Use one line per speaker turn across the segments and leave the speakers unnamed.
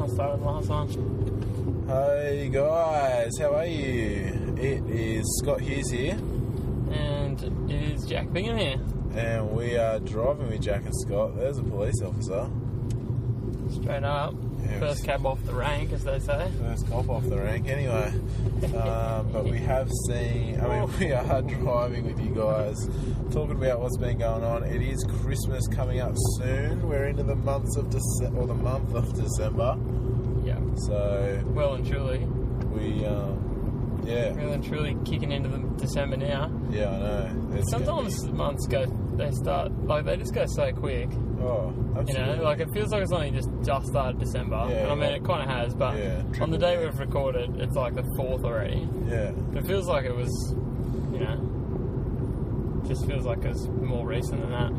I'll start with my Hassan.
Hi guys, how are you? It is Scott Hughes here,
And it is Jack Bingham here.
and we are driving with Jack and Scott. There's a police officer.
Straight up.
Yes.
First cab off the rank, as they say.
First cop off the rank, anyway. Um, but we have seen, I mean, we are driving with you guys, talking about what's been going on. It is Christmas coming up soon. We're into the months of December, or the month of December.
Yeah.
So
Well and truly.
we, um, yeah,
Well and truly kicking into the December now.
yeah, I know. It's gonna
Sometimes months go, they start, like, they just go so quick.
be-
You
oh,
know,
absolutely.
like, it feels like it's only just, just started December.
Yeah,
and I mean,
like-
it kind of has, but
Yeah,
on the
triple
day
D.
we've recorded, it's like the 4th already.
yeah.
It feels like it was, you know, just feels like it's more recent than that.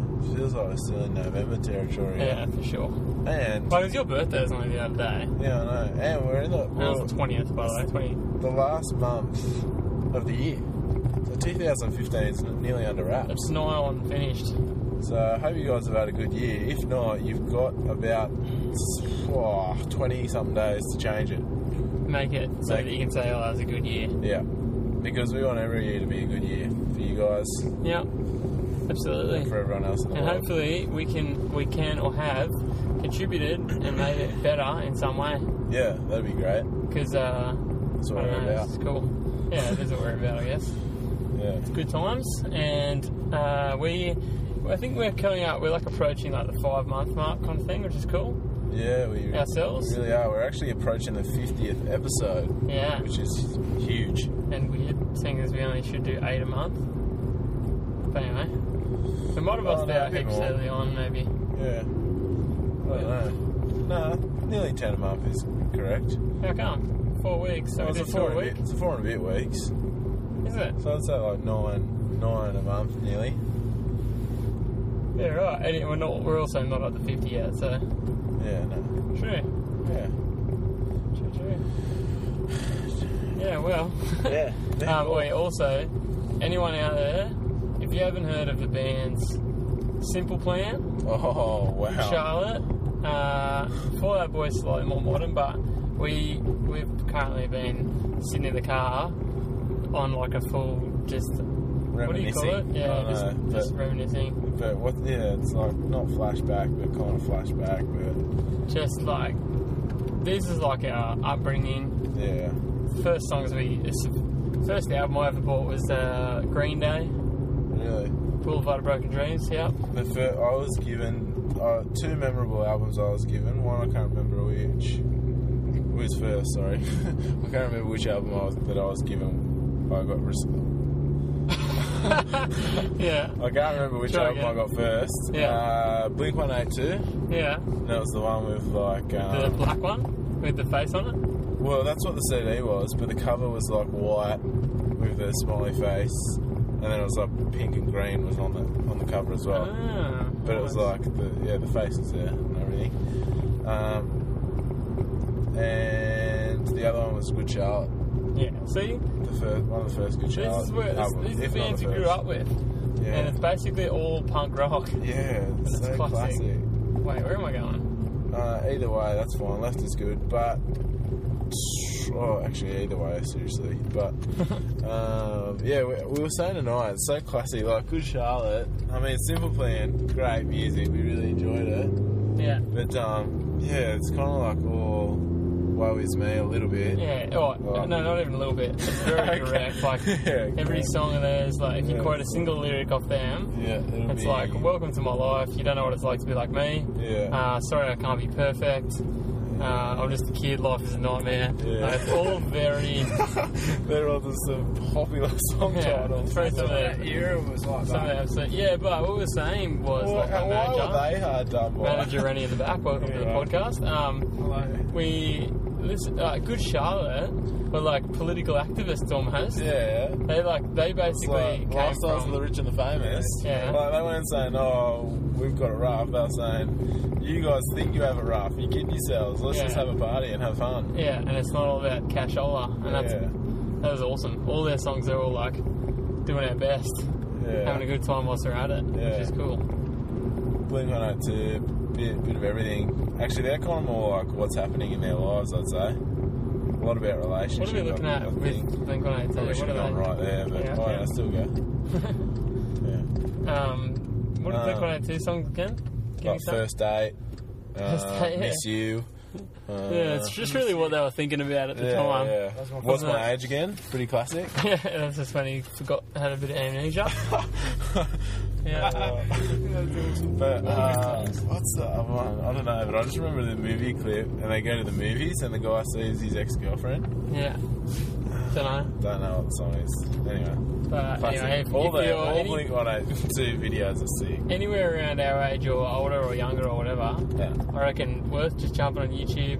Yeah, feels like we're still in November territory.
Yeah, for sure.
And
Like, it was your birthday or something the other day.
yeah, I know. And we're in the
That was the
well,
20th, by the way. 20.
the last month of the year. So 2015 is nearly under wraps.
It's nigh on finished.
So I hope you guys have had a good year. If not, you've got about oh, 20 something days to change it.
Make it so
Make-
that you can say, oh, that was a good year.
Yeah, because we want every year to be a good year for you guys
Yeah,
and
absolutely.
for everyone else in the
And
world.
hopefully we can, we can or have contributed and made it better in some way.
Yeah, that'd be great.
Because, uh,
That's
I
what we're
don't know,
about.
it's cool. Yeah, it is what we're about, I guess.
Yeah,
good times, and uh, we, I think we're coming out. We're like approaching like the five month mark kind of thing, which is cool.
yeah, we
Ourselves,
really are. We're actually approaching the 50th episode.
yeah,
which is huge.
and weird, seeing as we only should do eight a month. But anyway, we might have
Oh,
lost
no, a
out
bit
heaps
more.
early on, maybe.
Yeah. I don't know. Nah, nearly 10 a month is correct.
How come? Oh, Four weeks. So
Well,
we
it's, a
did two
four
a
and a
week,
bit, it's a four and a bit weeks.
is it?
So it's at like nine, nine a month nearly.
Yeah, right. And it- we're not. We're also not at the fifty yet. So
Yeah, no.
true,
Yeah.
true, true. Yeah, well.
Yeah.
Um, wait, also, anyone out there, if you haven't heard of the bands Simple Plan,
oh, wow.
Charlotte, uh, Fallout Boy is slightly more modern, but we we've currently been sitting in the car on like a full just what do you call it?
Reminiscing.
Yeah,
I
just,
don't know,
just reminiscing,
but, but what, yeah, it's like not flashback, but kind of flashback,
just like this is like our upbringing.
but yeah.
First songs we, it's- first album I ever bought was uh, Green Day,
Really.
Boulevard of Broken Dreams. Yep.
The first, I was given uh, two memorable albums. I was given one I can't remember which was first. Sorry, I can't remember which album I was, that I was given. I got. Res-
yeah,
I can't remember which
Try
album I
again.
got first.
Yeah.
Uh, Blink One Eight Two.
yeah.
That was the one with like.
The
Um,
black one with the face on it.
well, that's what the CD was, but the cover was like white with the smiley face, and then it was like pink and green was on the on the cover as well.
Ah,
But it was
nice.
like the yeah, the faces there and everything. Um, and the other one was Good Charlotte.
yeah. See,
The first one of the first Good Charlotte.
this is where this,
albums,
these are
if
the
not
bands
the
you grew
first.
up with,
Yeah,
and it's basically all punk rock.
yeah, it's
it's
so
classic.
classic.
Wait, where am I going?
Uh, either way, that's fine. Left is good, but oh, actually, either way, seriously. But um, yeah, we, we were saying tonight, it's so classy. Like Good Charlotte. I mean, Simple Plan, great music. We really enjoyed it.
Yeah,
But um, yeah, it's kind of like all woe is me a little bit.
yeah. Oh,
Well-
no, not even a little bit. It's very
Okay.
direct. Like
Yeah,
every
okay.
song of theirs, like if you
Yeah.
quote a single lyric off them,
Yeah, it'll
it's
be-
like "Welcome to my life." You don't know what it's like to be like me.
yeah,
Uh, sorry, I can't be perfect. Uh, I'm just a kid. Life is a nightmare.
Yeah.
Like, it's all very
they're all just some popular song
Yeah,
titles.
throw some of
That
their
era was like
Some of
that.
them said, yeah, but what we were saying was
Well,
like our
and why
manager,
were they hard done by?
manager Rennie in the back, welcome to the
Yeah.
podcast. Um,
Hello.
we, this, uh, good Charlotte were like political activists almost.
Yeah.
They like, they
It's
basically
like
came
lifestyles
from,
of the rich and the famous.
Yeah.
Like they weren't saying, "Oh, we've got it rough." They were saying, "You guys think you have it rough? You're kidding yourselves. Let's
Yeah.
just have a party and have fun."
yeah, and it's not all about cashola, and that's,
yeah.
that was awesome. All their songs are all like doing our best,
yeah.
having a good time whilst we're at it,
Yeah.
which is cool.
But Blink 182, bit, bit of everything. Actually, they're kind of more like what's happening in their lives, I'd say. A lot about relationships.
What are we looking
I,
at
I think.
with Blink One Eight Two?
Probably should
What
have
are
gone
they?
right there, but
Yeah,
oh,
okay.
yeah, I still go. yeah.
Um, what are Blink
Um,
One Eight Two songs again? Can you
Like
say?
first date, uh,
First date, yeah.
miss you. Uh,
yeah, it's just really what they were thinking about at the
yeah,
time.
yeah.
That's my
What's
first
my
date.
age again? Pretty classic.
Yeah, that's just when he forgot had a bit of amnesia. yeah,
But uh, what's the other one? I don't know, but I just remember the movie clip, and they go to the movies, and the guy sees his ex girlfriend.
yeah. Don't know,
Don't know what the song is. Anyway,
but
classic.
Uh, anyway, if,
all
if
the
you're
all
any-
Blink One Eight Two videos are sick.
anywhere around our age or older or younger or whatever,
Yeah,
I reckon worth just jumping on YouTube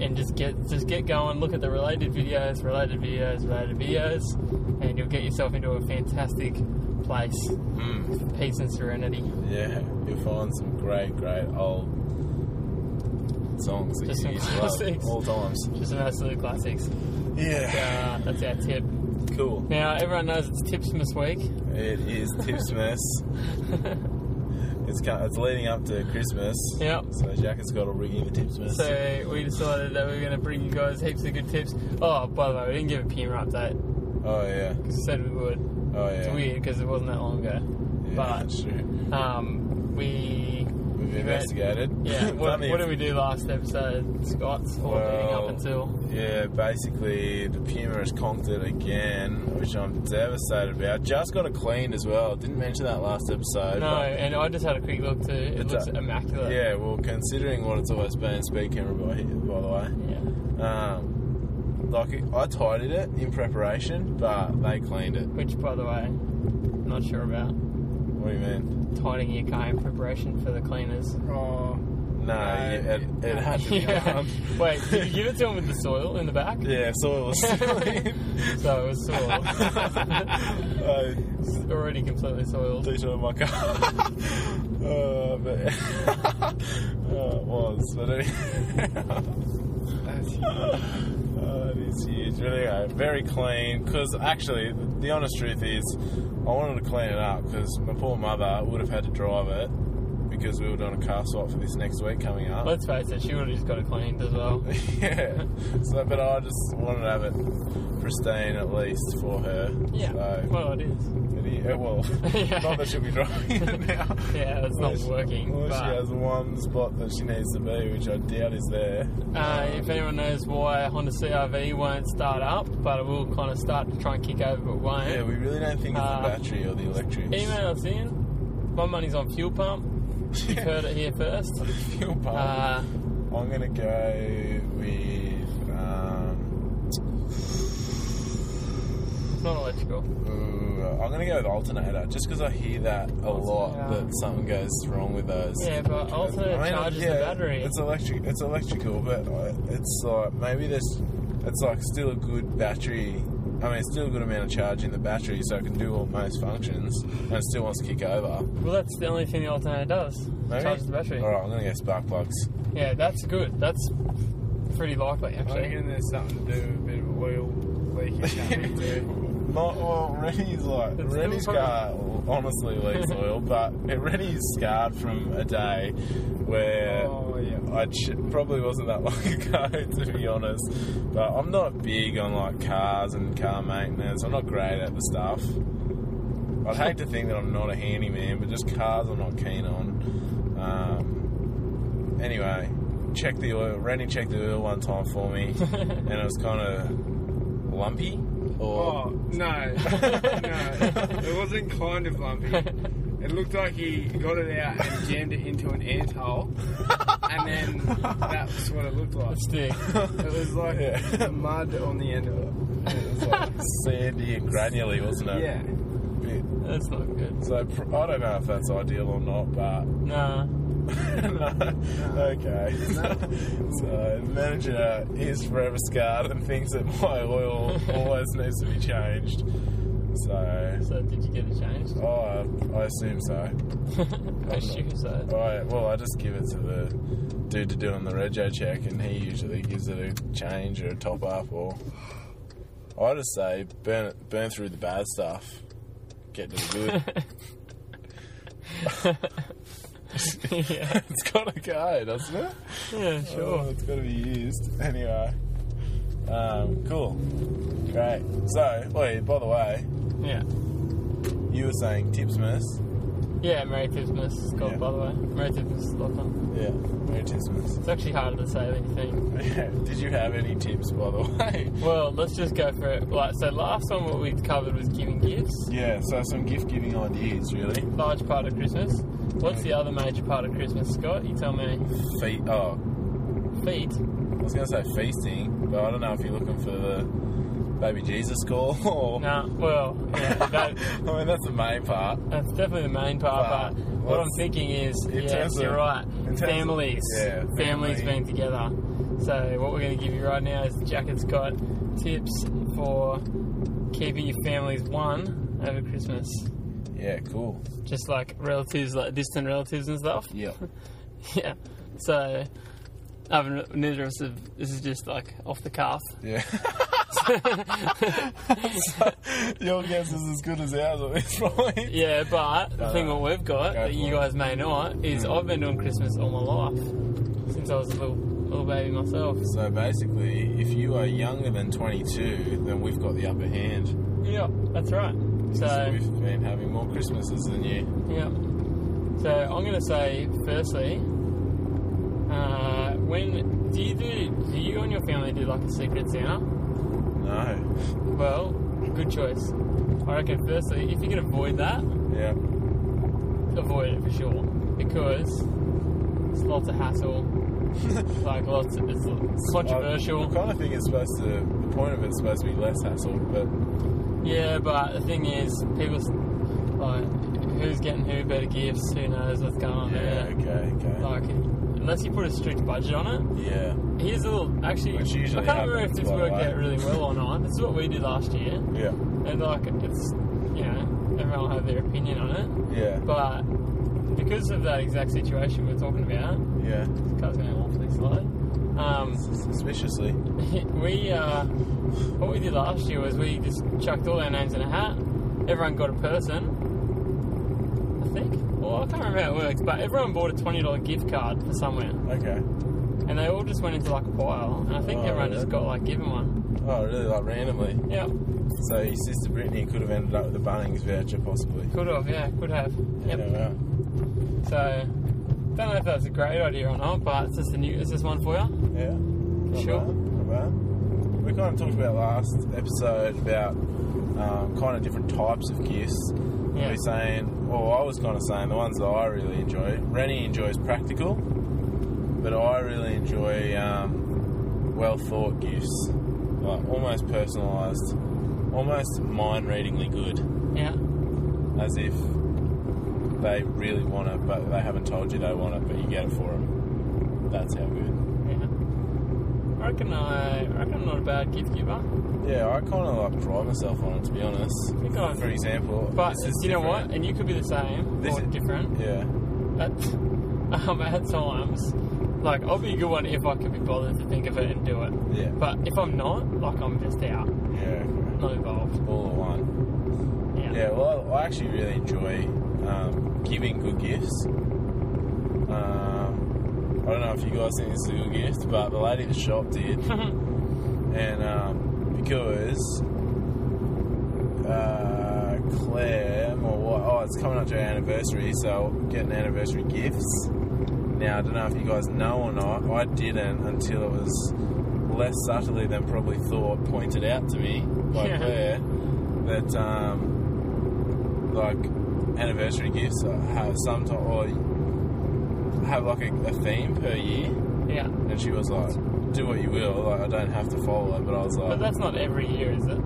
and just get just get going. Look at the related videos, related videos, related videos, and you'll get yourself into a fantastic place,
mm.
peace and serenity.
yeah. You'll find some great, great old songs that
Just
you
some
used to love
classics.
all times.
Just an absolute classics.
Yeah,
Uh, that's our tip.
cool.
Now everyone knows it's tips from this week.
It is Tipsmas. it's kind it's leading up to Christmas.
Yep.
So Jack has got to rig in the Tipsmas.
So we decided that we were going to bring you guys heaps of good tips. Oh, by the way, we didn't give a PMR update.
oh yeah.
We said we would.
Oh yeah.
It's weird because it wasn't that long ago.
Yeah,
but-
that's true.
Um, we
We've investigated.
yeah. What,
Plenty
what
of-
did we do last episode, Scott? Or leading
Well,
up until
Yeah, basically the puma has conked it again, which I'm devastated about. Just got it cleaned as well. Didn't mention that last episode.
no, and I just had a quick look too. It
It's
looks
a- but-
immaculate.
yeah, well, considering what it's always been, speed camera by, here, by the way.
Yeah.
Um, like I tidied it in preparation, but they cleaned it.
Which, by the way, not sure about
What do you mean?
tidying your car in preparation for the cleaners.
Oh,
No,
No.
you- it, it had to be
Yeah.
done.
Wait, did you give it to him with the soil in the back?
Yeah, soil was still in.
So it was soil.
I
It's already completely soiled.
t-shirt on uh, my car. uh, but uh, it was, but anyway.
that's
Oh, it is huge. But anyway, very clean. Because actually, the, the honest truth is, I wanted to clean it up because my poor mother would have had to drive it because we were doing a car swap for this next week coming up.
Let's face it, she would have just got it cleaned as well.
yeah. So, but I just wanted to have it pristine at least for her.
Yeah.
So,
Well, it is.
it is- uh, well,
Yeah.
not that she'll be driving it now.
Yeah, it's
Well,
not
she-
working.
Well, she
but,
has one spot that she needs to be, which I doubt is there.
uh, if anyone knows why Honda CRV won't start up, but it will kind of start to try and kick over, but won't.
Yeah, we really don't think it's
Eh? Uh,
the battery or the electrics.
Email us in. My money's on fuel pump. You've heard it here first.
Fuel pump.
Uh,
I'm gonna go with um,
it's not electrical.
ooh, I'm gonna go with alternator, just because I hear that a lot
Yeah.
that something goes wrong with those. uh,
Yeah, but alternator charges the battery.
It's electric. It's electrical, but uh, it's like maybe there's. It's like still a good battery. I mean, it's still a good amount of charge in the battery, so it can do all most functions, and it still wants to kick over.
Well, that's the only thing the alternator does.
Maybe?
Charges the battery.
All right, I'm gonna go spark plugs.
Yeah, that's good. That's pretty likely,
I
actually.
reckon there's something to do with a bit of oil leaking coming through.
Not well. Rennie's like
It's
Rennie's
still
car honestly leaks oil, but Rennie's scarred from a day where
Oh, yeah.
I ch- probably wasn't that long ago, to be honest. But I'm not big on like cars and car maintenance. I'm not great at the stuff. I'd hate to think that I'm not a handyman, but just cars I'm not keen on. Um, anyway, check the oil. Rennie checked the oil one time for me, and it was kind of lumpy. Or
Oh, no. no. It wasn't kind of lumpy. It looked like he got it out and jammed it into an ant hole. And then that was what it looked like.
Let's stick.
It was like
Yeah.
mud on the end of it.
It was like sandy and granular, wasn't it?
Yeah.
Bit.
That's not good.
So pr- I don't know if that's ideal or not, but
Nah.
no. okay. so manager is forever scarred and thinks that my oil always needs to be changed. So
So, did you get it changed?
oh, I, I assume so.
I assume so.
I, well, I just give it to the dude to do on the rego check, and he usually gives it a change or a top up, or I just say burn it, burn through the bad stuff, get to the good.
yeah.
it's got to go, doesn't it?
yeah,
Sure,
sure.
it's got to be used. Anyway, um, cool, great. So, Lloyd, by the way,
Yeah.
you were saying Tipsmas.
Yeah, Merry Christmas, Scott,
Yeah.
by the way. Merry Christmas, Lachlan.
Yeah, Merry Tipsmas.
It's actually harder to say than you think.
Yeah. Did you have any tips, by the way?
Well, let's just go for it. Like, so last one what we covered was giving gifts,
Yeah, so some gift giving ideas, really.
large part of Christmas. What's the other major part of Christmas, Scott? You tell me.
Fe- oh,
Feet.
I was going to say feasting, but I don't know if you're looking for the baby Jesus call or.
Nah, well, yeah, that,
I mean, that's the main part.
that's definitely the main part,
But
but what I'm
what's-
thinking is,
in
yes,
terms of-
you're right,
terms of-
families.
yeah,
families
family.
being together. So what we're going to give you right now is Jacket's got tips for keeping your families one over Christmas.
Yeah, cool.
Just like relatives, like distant relatives and stuff.
Yeah.
Yeah. So, I haven't, neither of us have, this is just like off the cuff.
Yeah. Your guess is as good as ours at this point.
Yeah, but the
Uh,
thing what we've got
go
that you
for it. Mm.
guys may not is I've been doing Christmas all my life since I was a little little baby myself.
So basically, if you are younger than 22, then we've got the upper hand.
Yeah, that's right. So
we've been having more Christmases than you.
yeah, so I'm gonna say firstly, uh, when do you do? Do you and your family do like a secret Santa?
No.
Well, good choice. I reckon firstly, if you can avoid that,
Yeah.
avoid it for sure because it's lots of hassle. like lots, of, it's controversial.
I, I kind of think it's supposed to. The point of it's supposed to be less hassle, but
Yeah, but the thing is, people s- like who's getting who better gifts. Who knows what's going on there?
okay, okay.
Like, unless you put a strict budget on
yeah,
it, here's a little. Actually,
Which
I
usually
can't remember if
happens,
this
by the
worked
way.
out really well or not. This is what we did last year,
yeah,
and like it's you know everyone will have their opinion on it,
yeah,
but because of that exact situation we're talking about,
yeah.
this car's going awfully slow. Um,
Suspiciously.
we uh, what we did last year was we just chucked all our names in a hat. Everyone got a person, I think. Well, I can't remember how it works, but everyone bought a twenty dollar gift card for somewhere,
Okay.
and they all just went into like a pile. And I think
Oh,
everyone just
yeah.
got like given one.
Oh, really? Like randomly.
Yeah,
So your sister Brittany could have ended up with a Bunnings voucher, possibly.
could have. Yeah, could have. Yep.
Yeah, wow.
So. Don't know if that's a great idea or not, but it's just a new. It's just one for you.
Yeah. Not
Sure.
bad, not bad. We kind of talked about last episode about um, kind of different types of gifts.
Yeah.
We're saying, well, I was kind of saying the ones that I really enjoy. Rennie enjoys practical, but I really enjoy um, well thought gifts, like almost personalised, almost mind readingly good,
Yeah.
as if they really want it, but they haven't told you they want it, but you get it for them. That's how good.
Yeah. I reckon I, I reckon I'm not a bad gift giver.
Yeah, I kind of like pride myself on it, to be honest.
You guys-
For example,
But
this is
you know
different.
what? And you could be the same
This
or
is-
different.
Yeah,
At, um, at times, like I'll be a good one if I can be bothered to think of it and do it.
yeah,
But if I'm not, like I'm just out,
yeah.
not involved.
All at one.
Yeah.
Yeah, well, I, I actually really enjoy um, giving good gifts. Um, I don't know if you guys think this is a good gift, but the lady at the shop did, and um, because uh, Claire, my wife, oh, it's coming up to our anniversary, so getting anniversary gifts. Now, I don't know if you guys know or not, I didn't until it was less subtly than probably thought pointed out to me by
Yeah.
Claire that, um, like, anniversary gifts are- have some ti- or have like a, a theme per year.
Yeah.
And she was like, do what you will, like, I don't have to follow it, but I was like,
But that's not every year, is it?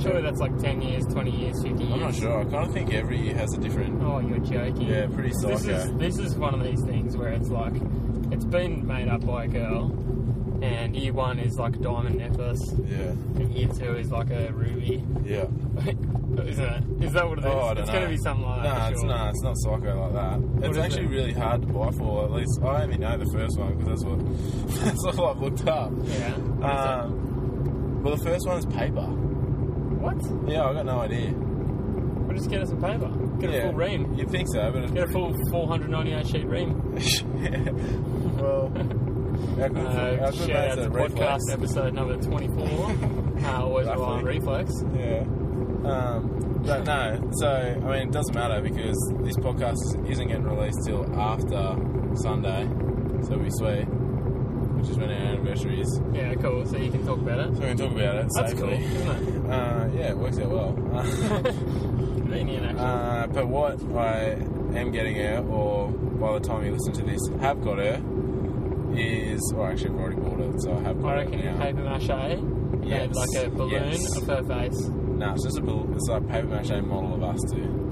Surely that's like ten years, twenty years, fifty years.
I'm not sure, I kind of think every year has a different.
Oh, you're joking.
Yeah, uh, pretty
This is
psycho.
this is one of these things where it's like it's been made up by a girl, and year one is like a diamond necklace,
Yeah,
and year two is like a ruby.
yeah.
Isn't it? Is that what it is?
Oh, I don't
it's
know.
gonna be something like
No,
that. for
it's
sure.
not. It's not psycho like that.
is
it's
it?
actually really hard to buy for. At least I only know the first one because that's what that's all I've looked up.
Yeah. Is
Um, well, the first one is paper.
it? What?
Yeah, I got no idea.
What just get us some paper. Get a
yeah,
full ream.
You'd think so, but it,
Get a full 498 sheet ream.
yeah. Well, our good,
Uh,
our good
shout out
mates
to
at
podcast
Reflex.
episode number 24. uh, always rely on
Roughly.
reflex.
Yeah. Um, but no, so I mean, it doesn't matter because this podcast is- isn't getting released till after Sunday, so we swear, which is when our anniversary is.
Yeah, cool. So you can talk about it.
So we can talk about it
That's cool,
safely.
isn't
Uh, yeah, it works out well.
it? Convenient, actually.
uh, but what I am getting out, or by the time you listen to this, have got her, is well, actually, I've already bought it, so I have got
I reckon
it now.
paper mache and
Uh, Yes,
like a balloon
yes.
of her face.
No, it's just a bull. It's like a paper mache model of us two.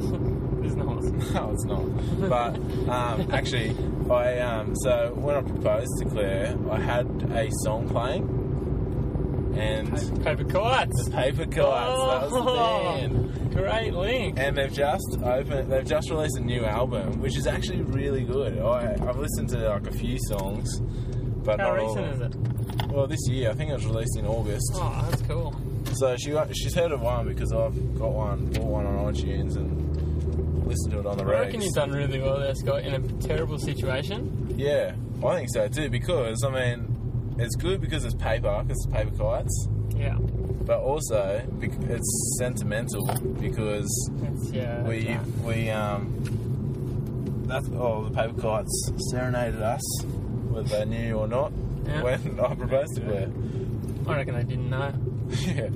There's no horse.
No, it's not. But um, actually, I um, so when I proposed to Claire, I had a song playing, and
Paper kites.
Paper Kites. That
Oh.
was the band.
Great link.
And they've just opened. They've just released a new album, which is actually really good. I, I've listened to like a few songs, but
How
not all.
recent
of
is
them.
it?
Well, this year I think it was released in August.
Oh, that's cool.
So she she's heard of one because I've got one, bought one on iTunes, and listened to it on the
I
radio.
reckon you've done really well there, Scott, in a terrible situation.
Yeah, I think so too because I mean, it's good because it's paper, because it's paper kites,
Yeah.
but also bec- it's sentimental because
That's, yeah.
we
that's
we um that's oh the paper kites serenaded us whether they knew or not
Yeah.
when I proposed to her.
right. I reckon I didn't know.
yeah,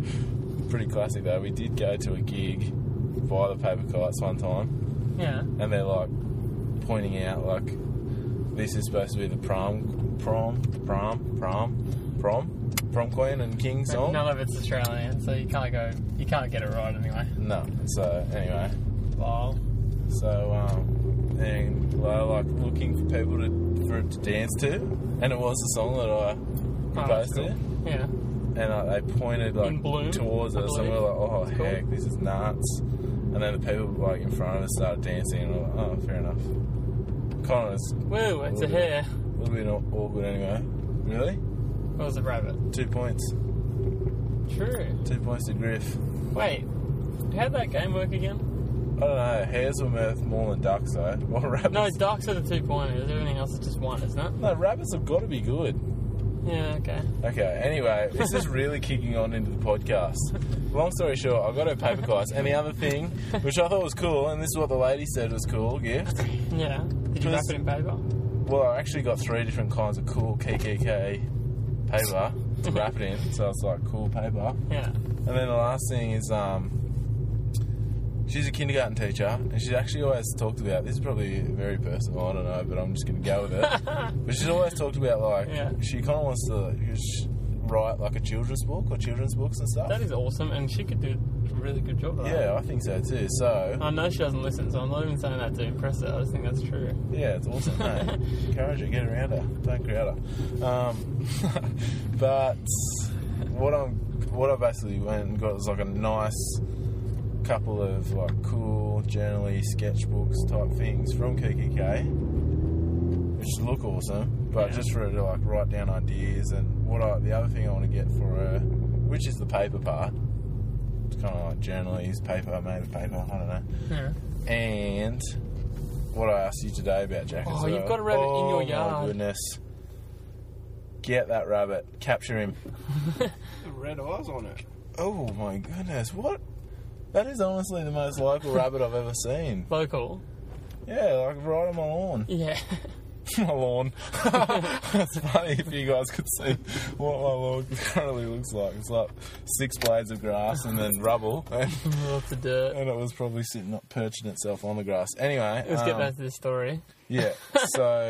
pretty classic though. We did go to a gig by the paper kites one time.
Yeah.
and they're like pointing out like this is supposed to be the prom prom prom prom prom prom queen and king
But
song.
None of it's Australian, so you can't go. You can't get it right anyway.
No. So anyway,
Lol.
so um, and I like looking for people to for it to dance to, and it was the song that I
Oh,
proposed
that's
to,
Yeah.
and I, they
In
pointed like
bloom,
towards
I
us, and we were
believe.
like, oh
It's cool.
heck, this is nuts. And then the people like in front of us started dancing, and we we're like, oh, fair enough. Connor was
Woo! It's a
Ooh.
hare.
A little bit aw- awkward anyway. Really?
It was a rabbit.
Two points.
True.
Two points to Griff.
Wait. How'd that game work again?
I don't know. Hares were worth more than ducks though. Or rabbits.
No, ducks are the two pointers. Everything else is just one, isn't it?
No, rabbits have got to be good.
Yeah, okay.
Okay, anyway, this is really kicking on into the podcast. Long story short, I got her paper kites. And the other thing, which I thought was cool, and this is what the lady said was cool gift.
Yeah. Did you wrap
Because-
it in paper?
Well, I actually got three different kinds of cool KKK paper to wrap it in. So it's like cool paper.
Yeah.
And then the last thing is, um, she's a kindergarten teacher, and she's actually always talked about this is probably very personal. I don't know, but I'm just going to go with it. but she's always talked about like
Yeah.
she kind of wants to sh- write like a children's book or children's books and stuff.
That is awesome, and she could do a really good job of that.
yeah, I think so too. So
I know she doesn't listen, so I'm not even saying that to impress her. I just think that's true.
yeah, it's awesome. hey. Encourage her, get around her, don't crowd her. Um, but what I'm, what I basically went and got was like a nice couple of like cool journaly sketchbooks type things from KKK, which look awesome. But
Yeah.
just for her to like write down ideas and what I, the other thing I want to get for her, which is the paper part. It's kind of like journalese paper made of paper. I don't know
Yeah.
and what I asked you today about Jack.
Oh,
as well.
you've got a rabbit in your
Oh my
yard.
goodness! Get that rabbit, capture him.
Red eyes on it.
Oh my goodness! What? That is honestly the most local rabbit I've ever seen.
Local.
Yeah, like right on my lawn.
Yeah.
my lawn. it's funny if you guys could see what my lawn currently looks like. It's like six blades of grass and then rubble, and,
Lots of dirt.
and it was probably sitting up, perching itself on the grass. Anyway,
Let's get
um,
back to this story.
Yeah. So,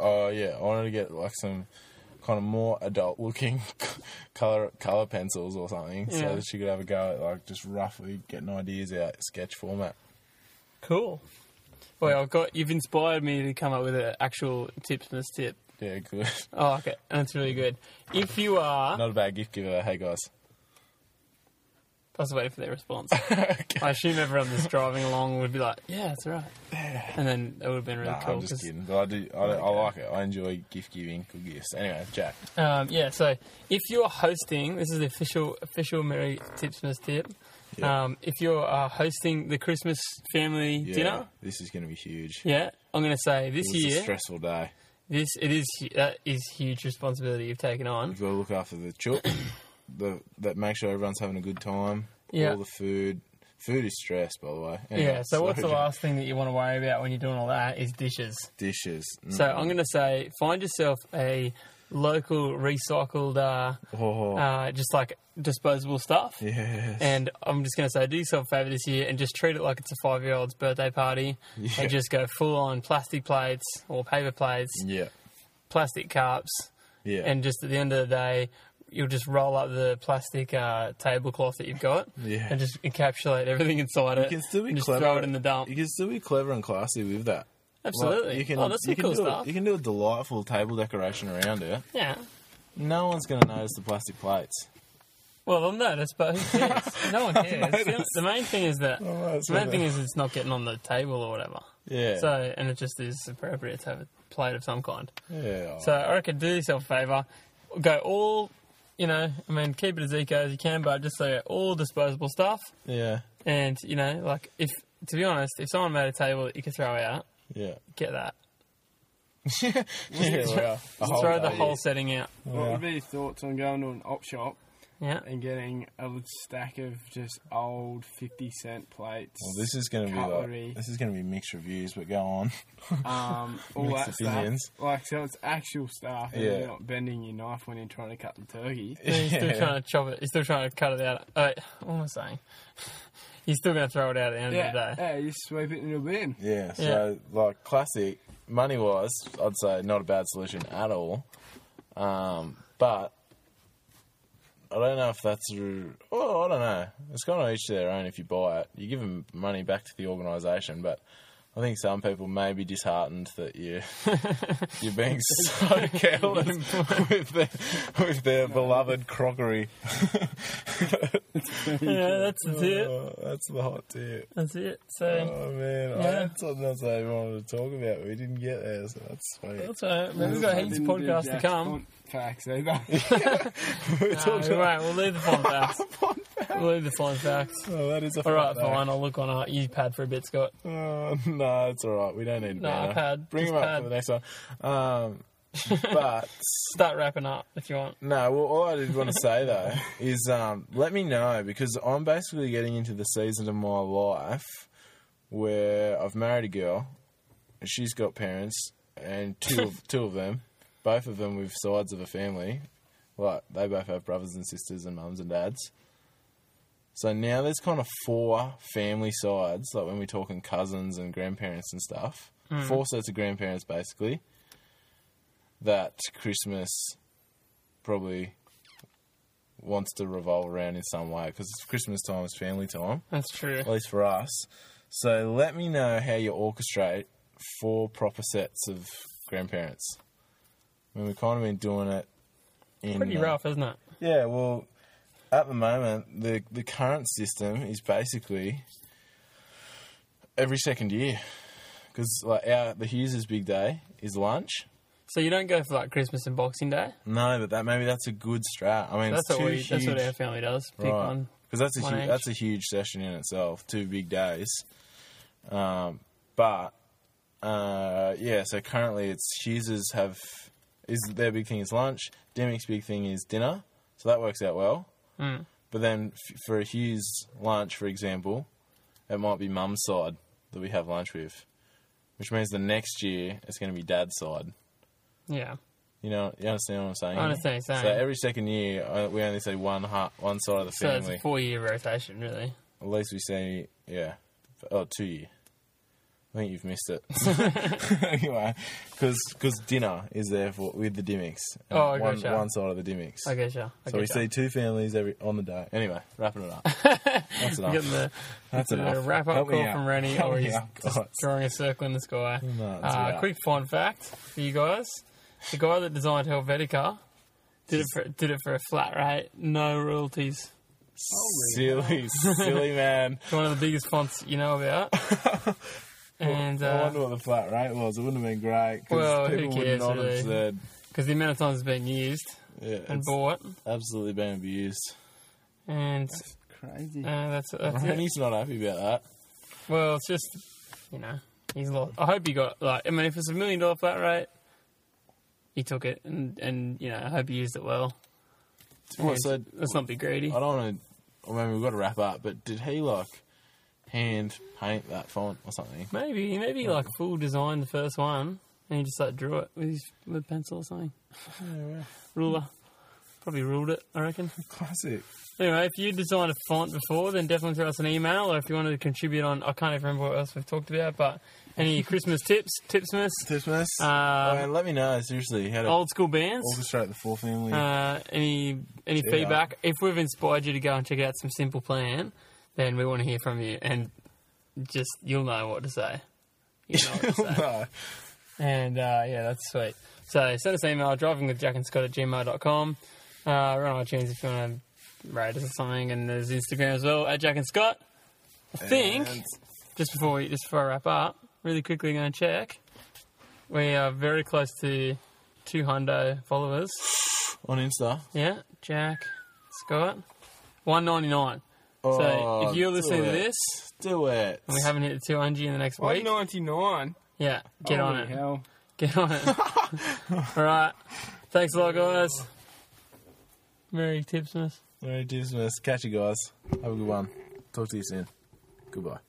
oh yeah, I wanted to get like some kind of more adult-looking color color pencils or something,
Yeah.
so that she could have a go at like just roughly getting ideas out sketch format.
Cool. Wait, I've got you've inspired me to come up with an actual tipsman's tip.
Yeah, good.
Oh, okay, that's really good. If you are,
Not a bad gift giver. Hey guys.
I was waiting for their response.
okay.
I assume everyone that's driving along would be like, "Yeah, that's right," and then it would have been really
Nah,
cool.
I'm just
'cause-
kidding. But I do. I, I like it. I enjoy gift giving. Good gifts. Anyway, Jack.
Um, yeah, so if you are hosting, this is the official official Merry Tipsmas tip.
Yeah.
Um, if you're uh, hosting the Christmas family
Yeah,
dinner,
This is going to be huge.
yeah, I'm going to say this
It was a
year,
stressful day.
this it is hu- that is huge responsibility you've taken on.
You've got to look after the children, the, that make sure everyone's having a good time.
Yeah.
All the food. Food is stress, by the way.
Yeah.
Anyway,
so what's the
sorry.
last thing that you want to worry about when you're doing all that is dishes.
Dishes. Mm.
So I'm going to say find yourself a local recycled, uh,
Oh,
uh, just like disposable stuff.
yes.
And I'm just going to say, do yourself a favour this year and just treat it like it's a five year old's birthday party
Yeah.
and just go full on plastic plates or paper plates,
yeah.
plastic cups.
Yeah.
And just at the end of the day, you'll just roll up the plastic uh, tablecloth that you've got
Yeah.
and just encapsulate everything inside it.
you can still be
and just
clever.
throw it in the dump.
You can still be clever and classy with that. Like,
Absolutely.
you can,
oh, that's some
you can
cool
do a-
stuff.
you can do a delightful table decoration around it.
yeah.
No one's going to notice the plastic plates.
Well, they'll notice, but who cares? no one cares. The, the main thing is that
Oh, that's
the main
not
thing
bad.
is it's not getting on the table or whatever.
Yeah.
So, and it just is appropriate to have a plate of some kind.
yeah.
So, I reckon do yourself a favour, go all, you know, I mean, keep it as eco as you can, but just say all disposable stuff.
yeah.
And you know, like if to be honest, if someone made a table that you could throw out,
Yeah.
get that.
yeah. wow. A whole
throw the
day.
whole setting out.
What would be your thoughts on going to an op shop
Yeah.
and getting a stack of just old 50 cent plates?
Well, this is going to be
Cutlery.
like this is going to be mixed reviews, but go on.
um, all
Mixed
that
opinions.
stuff. Like, so it's actual stuff, and
Yeah.
you're not bending your knife when you're trying to cut the turkey.
So You're still trying to chop it. You're still trying to cut it out. Uh, what am I saying? You're still going to throw it out at the end of the
Yeah,
day.
yeah, you sweep it into a bin.
Yeah, so like classic money wise, I'd say not a bad solution at all. Um, but I don't know if that's r- oh I don't know. It's kind of each to their own. If you buy it, you give them money back to the organisation, but. I think some people may be disheartened that you you're being so careless with their, with their beloved crockery.
Yeah, that's, that's it.
Oh, that's the hot tip.
That's it. So
Oh man, I
Yeah.
had something else I wanted to talk about. We didn't get there, so that's sweet.
that's all right. Man, we've got heaps of
Didn't do
podcasts to
Jack's
come.
font Facts
eh,
either.
We
All
talked about-
right, we'll leave the fun facts. We'll leave the fun facts.
Oh, that is a
All right,
fun
fine. I'll look on our E pad for a bit, Scott.
Uh, no, it's all right. We don't need
No,
Banner.
pad.
Bring
Just
him up
pad.
for the next one. Um, but
Start wrapping up if you want.
no, well, all I did want to say though is um, let me know because I'm basically getting into the season of my life where I've married a girl, and she's got parents, and two of, two of them, both of them with sides of a family, like they both have brothers and sisters and mums and dads. So now there's kind of four family sides, like when we're talking cousins and grandparents and stuff. Four sets of grandparents basically. That Christmas probably wants to revolve around in some way because it's Christmas time, it's family time
That's true.
at least for us. So let me know how you orchestrate four proper sets of grandparents. I mean, we've kind of been doing it in
Pretty
uh,
rough, isn't it?
Yeah, well, at the moment, the the current system is basically every second year because like our the Hughes' big day is lunch.
So you don't go for like Christmas and Boxing Day.
No, but that maybe that's a good strat. I mean,
That's
it's
what
two
we.
huge.
That's what our family does. Pick one.
Because that's a
one
hu-
each.
that's a huge session in itself. Two big days. Um, but uh, yeah, so currently it's Hughes's have is their big thing is lunch. Demick's big thing is dinner. So that works out well.
Mm.
But then f- for a Hughes lunch, for example, it might be mum's side that we have lunch with, which means the next year it's going to be dad's side.
Yeah.
You know, you understand what I'm saying?
I understand what you're
So
saying.
every second year, uh, we only see one ha- one side of the
So it's
family.
a four-year rotation, really.
At least we say, yeah, oh, two year. I think you've missed it. anyway, because dinner is there for with the dimmicks. and
Oh, I
one,
gotcha.
one side of the dimmicks.
I guess yeah. I
So we
getcha.
see two families every on the day. Anyway, wrapping it up. That's enough.
Getting the
That's
Is it
enough.
a wrap up
Help me
call
out.
from Rennie,
Help
or
me
he's
out,
just
guys.
drawing a circle in the sky.
No, it's
uh,
about-
quick fun fact for you guys: the guy that designed Helvetica did it for did it for a flat rate, no royalties.
Silly, silly man.
It's One of the biggest fonts you know about. and uh,
I
because
wonder what the flat rate was. It wouldn't have been great because
Well, who
people
cares,
would not
really?
have said.
the amount of times it's been used
Yeah,
and
it's
bought,
absolutely been abused.
and
crazy.
No, that's, that's it.
He's not happy about that.
Well, it's just you know he's lost. I hope he got like I mean, if it's a million dollar flat rate, he took it and and you know I hope he used it well.
What, so
let's not be greedy.
I don't want to. I mean, we've got to wrap up, but did he like hand paint that font or something?
Maybe maybe he, like full designed the first one and he just like drew it with his with a pencil or something. Ruler. Probably ruled it, I reckon.
Classic.
Anyway, if you designed a font before, then definitely throw us an email, or if you wanted to contribute on, I can't even remember what else we've talked about, but any Christmas tips, tipsmas,
Christmas.
Uh,
I mean, let me know seriously how to
old school bands,
orchestrate the four family.
uh, any any
Yeah.
feedback. If we've inspired you to go and check out some simple plan, then we want to hear from you, and just you'll know what to say. You know what to say.
no.
And uh, yeah, that's sweet. So send us an email, driving with Jack and Scott at gmail.com. Uh, we're on iTunes if you want to rate us or something, and there's Instagram as well at Jack and Scott. I think
And-
just before we just before I wrap up, really quickly going to check. We are very close to 200 followers.
on Insta.
Yeah, Jack Scott, 199. So
Oh,
if you're listening
do
to
it.
this
do it.
and we haven't hit 200 in the next
One
week,
ninety nine.
yeah, get
Oh,
on it.
Hell.
Get on it. All right. Thanks a lot, guys. Merry Tipsmas.
Merry Christmas. Catch you guys. Have a good one. Talk to you soon. Goodbye.